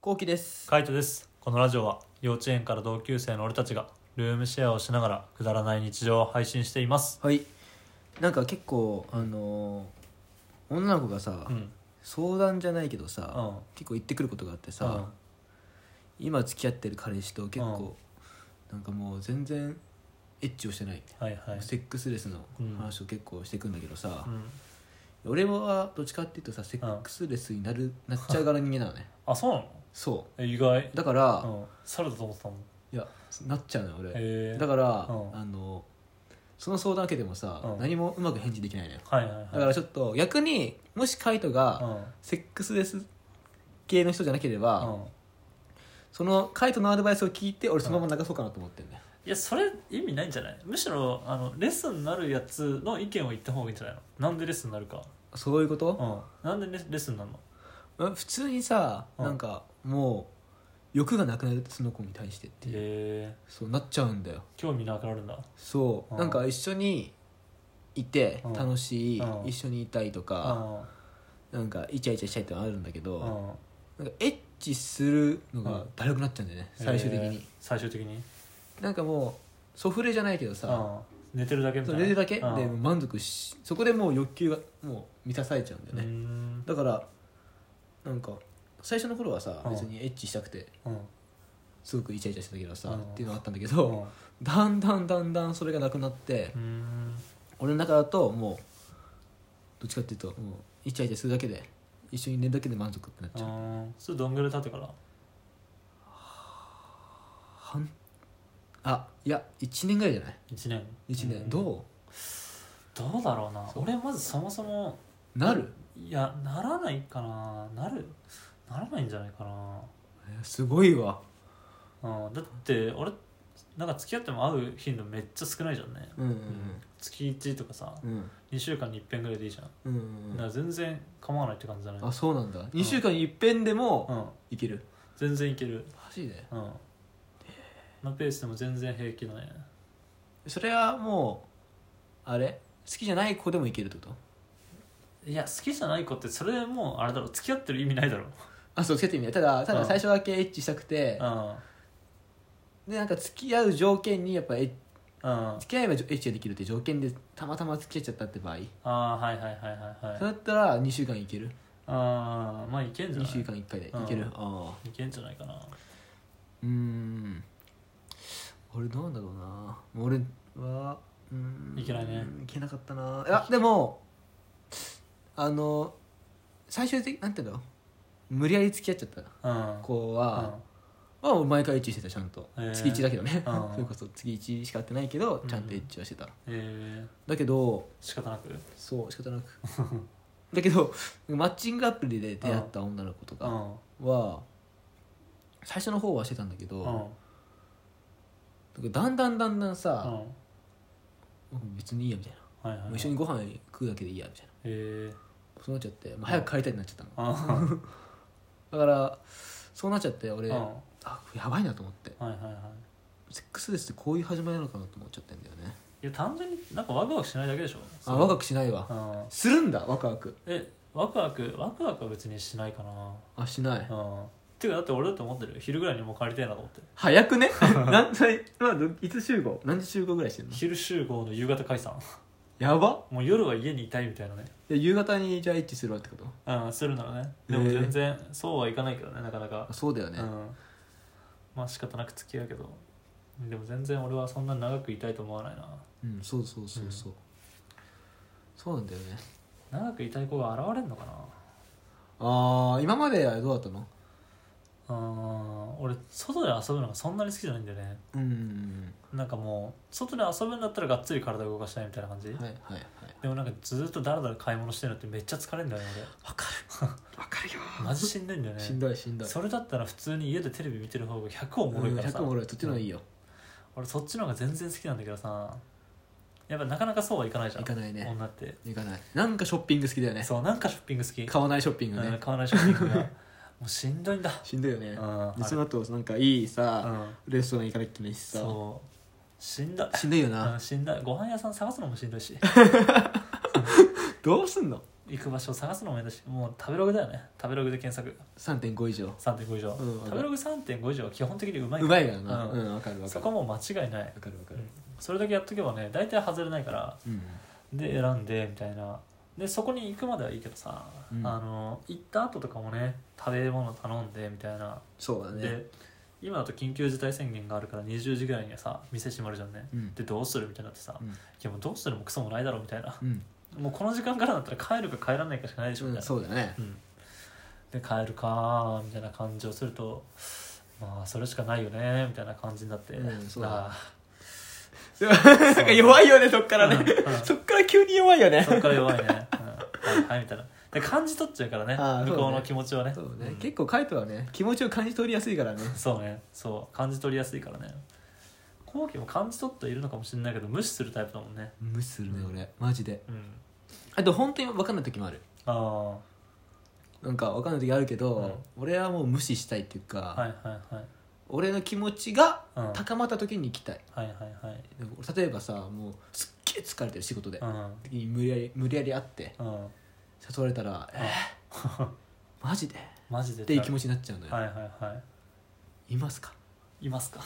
こうきですカイトですこのラジオは幼稚園から同級生の俺たちがルームシェアをしながらくだらない日常を配信していますはいなんか結構あのー女の子がさ、うん相談じゃないけどさ、うん結構言ってくることがあってうさん、今付き合ってる彼氏と結構、なんかもう全然エッチをしてない、はいはいセックスレスのうん話を結構してくんだけどさう、ん俺はどっちかっていうとさセックスレスになる、なっちゃう側の人間なの ねあそうなのそえ意外うだから、うん猿だと思ってたもんいやなっちゃうのよ俺、へえだから、うんあのその相談を受けてもさ、うん何もうまく返事できないのよはいはいはいだからちょっと逆にもしカイトうがんセックスレス系の人じゃなければ、うんそのカイトのアドバイスを聞いて俺そのまま流そうかなと思ってんだよ、いやそれ意味ないんじゃないむしろあのレッスンになるやつの意見を言った方がいいんじゃないのなんでレッスンになるかそういうこうと、んなんでレレッスンになるのうん普通にさ、うんなんかもう欲がなくなるその子に対してっていう、へえそうなっちゃうんだよ興味なくなるんだそう、うんなんか一緒にいてうん楽しい、うん一緒にいたいとうか、んなんかイチャイチャしたいってのはあるんだけど、うんなんかエッチするのうがんだるくなっちゃうんだよね、最終的へにえ最終的になんかもうソフレじゃないけどさ、うん寝てるだけみそたいのな寝るだけでうんもう満足しそこでもう欲求がもう満たされちゃうんだようーね、んだからなんか最初の頃はさうん別にエッチしたくてうんすごくイチャイチャしてたけどさ、うんっていうのがあったんだけうど、んうだんだんだんだんそれがなくなってーん俺の中だともうどっちかっていうともうイチャイチャするだけで一緒に寝るだけで満足ってなっうちゃう、ーんそれどんぐらい経ってから半あいや1年ぐらいじゃない1年1年、うんどどうだろうな俺まずそもそもうなる、いやならないかななるならないんじゃないかえーすごいわな、うん、だって俺なんか付き合っても会う頻度めっちゃ少ないじゃんねうんうん月1とかさうんうん2週間に一遍ぐらいでいいじゃんうんだうんから全然構わないって感じだねあそうなんだ2週間に一遍でうもんいける全然いけるマジでうんのペースでも全然平気だねそれはもうあれ好きじゃない子でもいけるってこといや好きじゃない子ってそれでもうあれだろ付き合ってる意味ないだろあそうつけてみたただたうだん最初だけエッチしたくてでなんか付き合う条件にやっぱエッうんうん付き合えばエッチができるって条件でたまたま付き合っちゃったって場合ああーはいはいはいはいそはいれだったら2週間いけるああまあいけんじゃ2ない週間1回でいけうるんああいけんじゃないかなうーん俺なんだろうな俺はうーんいけないねいけなかったないやでもあの最終的なんていうの無理やり付き合っちゃったうん子うんは、まあ俺毎回一致してたちゃんと、へえ月1だけどね、うんそれこそ月1しか会ってないけどうんちゃんと一致はしてた、えー、だけど仕方なくそう仕方なく だけどマッチングアプリで出会った女の子とうかんは最初の方はしてたんだけうど、んうんだんだんだんだんさ、はい別にいいやみたいはいな、はもうい一緒にご飯食うだけでいいやみたいなえー、そうなっちゃって、もう早く帰りたいになっちゃったの、あだからそうなっちゃってー俺、うんあはこれやばいなと思っていはいはいセックスレスってこういう始まりなのかなと思っちゃってんだよねいや単純になんかワクワクしないだけでしょあワクワククしないわうんするんだワクワクえワクワクワクワクは別にしないかなあしないうんていうかだって俺だって思ってるよ昼ぐらいにもう帰りたいなと思って早くね 何歳、まあ、どいつ集合何時集合ぐらいしてんの昼集合の夕方解散やばもう夜は家にいたいみたいなねで夕方にじゃあ一致するわってことうんするならねでもへえ全然そうはいかないけどねなかなかあ、そうだようね、んまあ仕方なく付き合うけどでも全然俺はそんな長くいたいと思わないなうんそうそうそうそう、そうなんだよね長くいたい子が現れるのかなああ今まではどうだったのうん俺外で遊ぶのがそんなに好きじゃないんだよねうんなんかもう外で遊ぶんだったらがっつり体を動かしたいみたいな感じ、はいはいはいでもなんかずっとだらだら買い物してるのってめっちゃ疲れんだよねわかるわかるよ俺マジしんどいんだよねしんどいしんどいそれだったら普通に家でテレビ見てる方が100おもろいからさ100もろいそっちの方がいいよ俺そっちの方が全然好きなんだけどさやっぱなかなかそうはいかないじゃん行かないね女って行かないなんかショッピング好きだよねそうなんかショッピング好き買わないショッピングうんね買わないショッピングがもうしんどいんだしんどいようねんあでれその後なんかいいうさんレストラン行かなきゃいけないしさそうしんどいしんどいようなんしんどいご飯屋さん探すのもしんどいしどうすんの行く場所を探すのもめんどいしもう食べログだよね食べログで検索3.5以上3.5以上、うんわかる食べログ3.5以上は基本的にうまいうまいからなううんんわかるわかそるこはもう間違いないわかるわかうるんそれだけやっとけばね大体外れないからうんで選んでみたいなでそこに行くまではいいけどさ、うんあの行った後とかもね食べ物頼んでみたいな、そうだねで今だと緊急事態宣言があるから20時ぐらいにはさ店閉まるじゃんね、うんでどうするみたいになってさ、うんいやもうどうするもクソもないだろみたいな うんもうこの時間からだったら帰るか帰らないかしかないでしょみうたんいな、そうだねうんで帰るかみたいな感じをするとまあそれしかないよねみたいな感じになって、うんそうだあなんか弱いよねそっからねうんうん そっから急に弱いよねあそっから弱いね、うん、はいはいみたいなで感じ取っちゃうからねあー向こうのそうね気持ちはねそううねん結構カイトはね気持ちを感じ取りやすいからねそうねそう感じ取りやすいからね後期も感じ取っているのかもしれないけど無視するタイプだもんね無視するね俺マジでうんあと本当に分かんない時もあるあなんか分かんない時あるけど、俺はもう無視したいっていうか、あはいはいはい俺の気持ちがうんはい高まった時に行きたい、はいはい例えばさもうすっげえ疲れてる仕事で、うん時に無理やり無理やり会ってうん誘われたら「えーマジで?」 マジでっていう気持ちちになっちゃうのよ「はいはいはいい、ますかいますか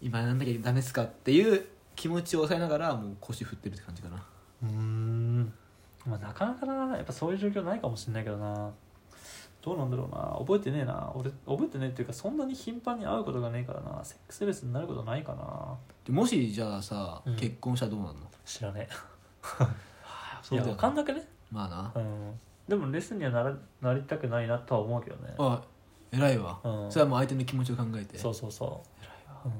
今やんなきゃダメですか?」っていう気持ちを抑えながらもう腰振ってるって感じかなうーんまあなかなかなやっぱそういう状況ないかもしれないけどなどうなんだろうな覚えてねえな俺覚えてねえっていうかそんなに頻繁に会うことがねえからなセックスレスになることないかなでもしじゃあさ、うん結婚したらどうなんの知らねあえいや分かんないなくねまあな、うんでもレスにはならなりたくないなとは思うけどねあ偉いわ、うんそれはもう相手の気持ちを考えてそうそうそ偉いわう、う、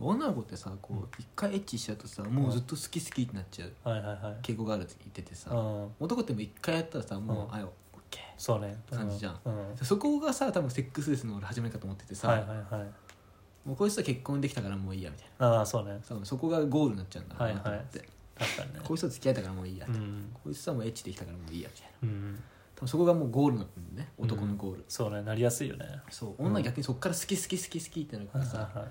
女の子ってさこう一回エッチしちゃうとさもうずっと好き好きってなっちゃうんはいはいはい傾向があるって言っててさ、うん男ってもう一回やったらさもう、うんあよオッケそうねう感じじゃんうんーそこがさ多分セックスレスの俺始めかと思っててさ、はいはいはいもうこいつと結婚できたからもういいやみたいああそうねな多分そこがゴールになっちゃうんだろうなと思って、確かにねこいつと付き合えたからもういいや、うん、こいつとはもうエッチできたからもういいやみたいなうん、多分そこがもうゴールなんだよね男のゴール、そうねなりやすいよねそう女は逆にそこから好き好き好き好きってなるかはいらはいさ、はい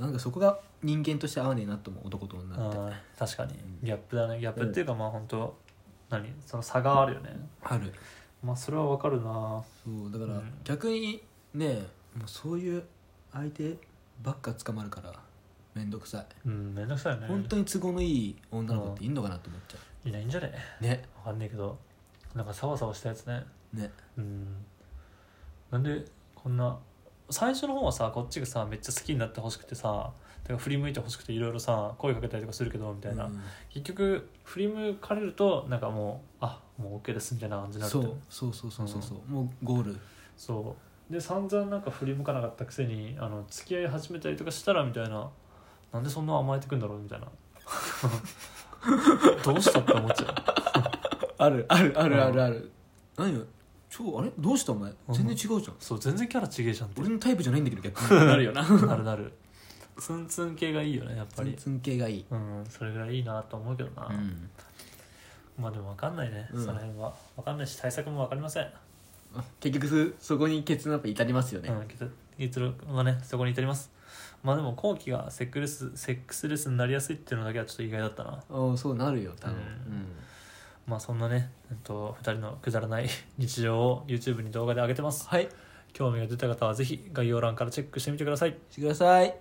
なんかそこが人間として合わねえなと思う男と女って、うん確かにんギャップだねギャップっていうかまあ本当何その差があるよねあるまあそれはわかるなそうだから、うん逆にねもうそういう相手ばっか捕まるから面倒くさい、うんめんどくさいよね本当に都合のいい女の子っていんのかなと思っちゃいないんじゃねうねわかんねえけどなんかサワサワしたやつねねうんなんでこんな最初の方はさこっちがさめっちゃ好きになってほしくてさだから振り向いてほしくていろいろさ声かけたりとかするけどみたいな、うん結局振り向かれるとなんかもうあもう OK ですみたいな感じになるそみたいうなそうそうそうそうそう、もうゴールそうで散々なんか振り向かなかったくせにあの付き合い始めたりとかしたらみたいななんでそんな甘えてくんだろうみたいな どうしたって思っちゃうあるあるあうんるあるある、何よ超あれどうしたお前ん全然違うじゃん、そう全然キャラ違えじゃんって俺のタイプじゃないんだけど逆になるよななるなるツンツン系がいいよねやっツぱンりツン系がいい、うんそれぐらいいいなと思うけどな、うん、まあでも分かんないね、うんその辺は分かんないし対策も分かりません、結局そこに結論やっぱ至りますよね、うん結結論はねそこに至りますまあでも後期がセックレスセックスレスになりやすいっていうのだけはちょっと意外だったなおーそうなるよ多分、うんうんまあそんなね、えっと、2人のくだらない 日常を YouTube に動画で上げてますはい興味が出た方はぜひ概要欄からチェックしてみてくださいしてください